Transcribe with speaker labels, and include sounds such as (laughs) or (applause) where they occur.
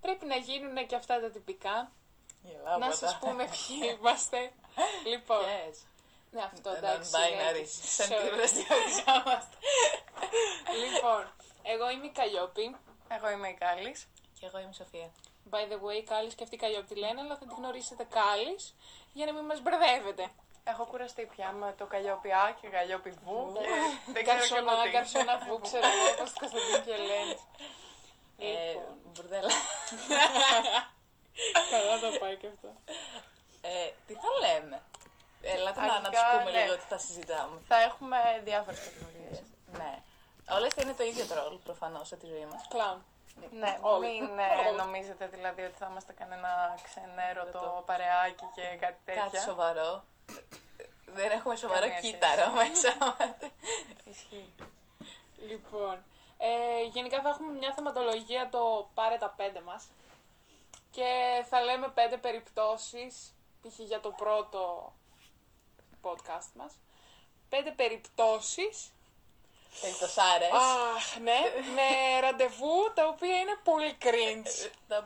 Speaker 1: πρέπει να γίνουν και αυτά τα τυπικά.
Speaker 2: Γελάω
Speaker 1: να σας πούμε ποιοι είμαστε. λοιπόν,
Speaker 2: (laughs) Yes.
Speaker 1: ναι αυτό εντάξει.
Speaker 2: Non-binary.
Speaker 1: λέει,
Speaker 2: Σαν
Speaker 1: sorry.
Speaker 2: τη (laughs) βραδιοριζόμαστε.
Speaker 1: λοιπόν, εγώ είμαι η Καλλιόπη.
Speaker 3: Εγώ είμαι η Κάλλης.
Speaker 2: Και εγώ είμαι η Σοφία.
Speaker 1: By the way, Κάλλης και αυτή η Καλλιόπη τη λένε, αλλά θα τη γνωρίσετε Κάλλης για να μην μας μπερδεύετε.
Speaker 3: Έχω κουραστεί πια με το καλλιόπι Α και καλλιόπι Β.
Speaker 1: Ναι.
Speaker 3: Δεν ξέρω και εγώ
Speaker 1: Καρσονά,
Speaker 3: τι.
Speaker 1: καρσονά βου, ξέρω εγώ, όπως την Κωνσταντίνη και
Speaker 3: (laughs)
Speaker 1: Ελένη.
Speaker 2: Ε,
Speaker 1: Λοιπόν,
Speaker 2: Μπουρδέλα.
Speaker 1: καλά θα πάει και αυτό.
Speaker 2: Ε, Τι θα λέμε. Ελάτε να, να τους
Speaker 3: Αρχικά,
Speaker 2: πούμε
Speaker 3: ναι.
Speaker 2: λίγο τι θα συζητάμε.
Speaker 3: Θα έχουμε διάφορες κατηγορίες.
Speaker 2: Ναι. Όλες θα είναι το ίδιο τρόλ προφανώς σε τη ζωή μας.
Speaker 1: Κλάουν.
Speaker 3: Ναι,
Speaker 1: Όλοι.
Speaker 3: μην ε,
Speaker 1: Όλοι.
Speaker 3: νομίζετε δηλαδή ότι θα είμαστε κανένα
Speaker 2: Το-
Speaker 3: ξενέρωτο παρεάκι και κάτι
Speaker 2: Κάτι
Speaker 3: τέτοια.
Speaker 2: σοβαρό. Δεν έχουμε σοβαρό
Speaker 3: Καμία
Speaker 2: κύτταρο μέσα μας.
Speaker 3: Ισχύει.
Speaker 1: Λοιπόν, ε, γενικά θα έχουμε μια θεματολογία το πάρε τα πέντε μας και θα λέμε πέντε περιπτώσεις, π.χ. για το πρώτο podcast μας, πέντε περιπτώσεις,
Speaker 2: Περιπτωσάρες.
Speaker 1: αχ ναι, με ραντεβού τα οποία είναι πολύ cringe.
Speaker 2: Τα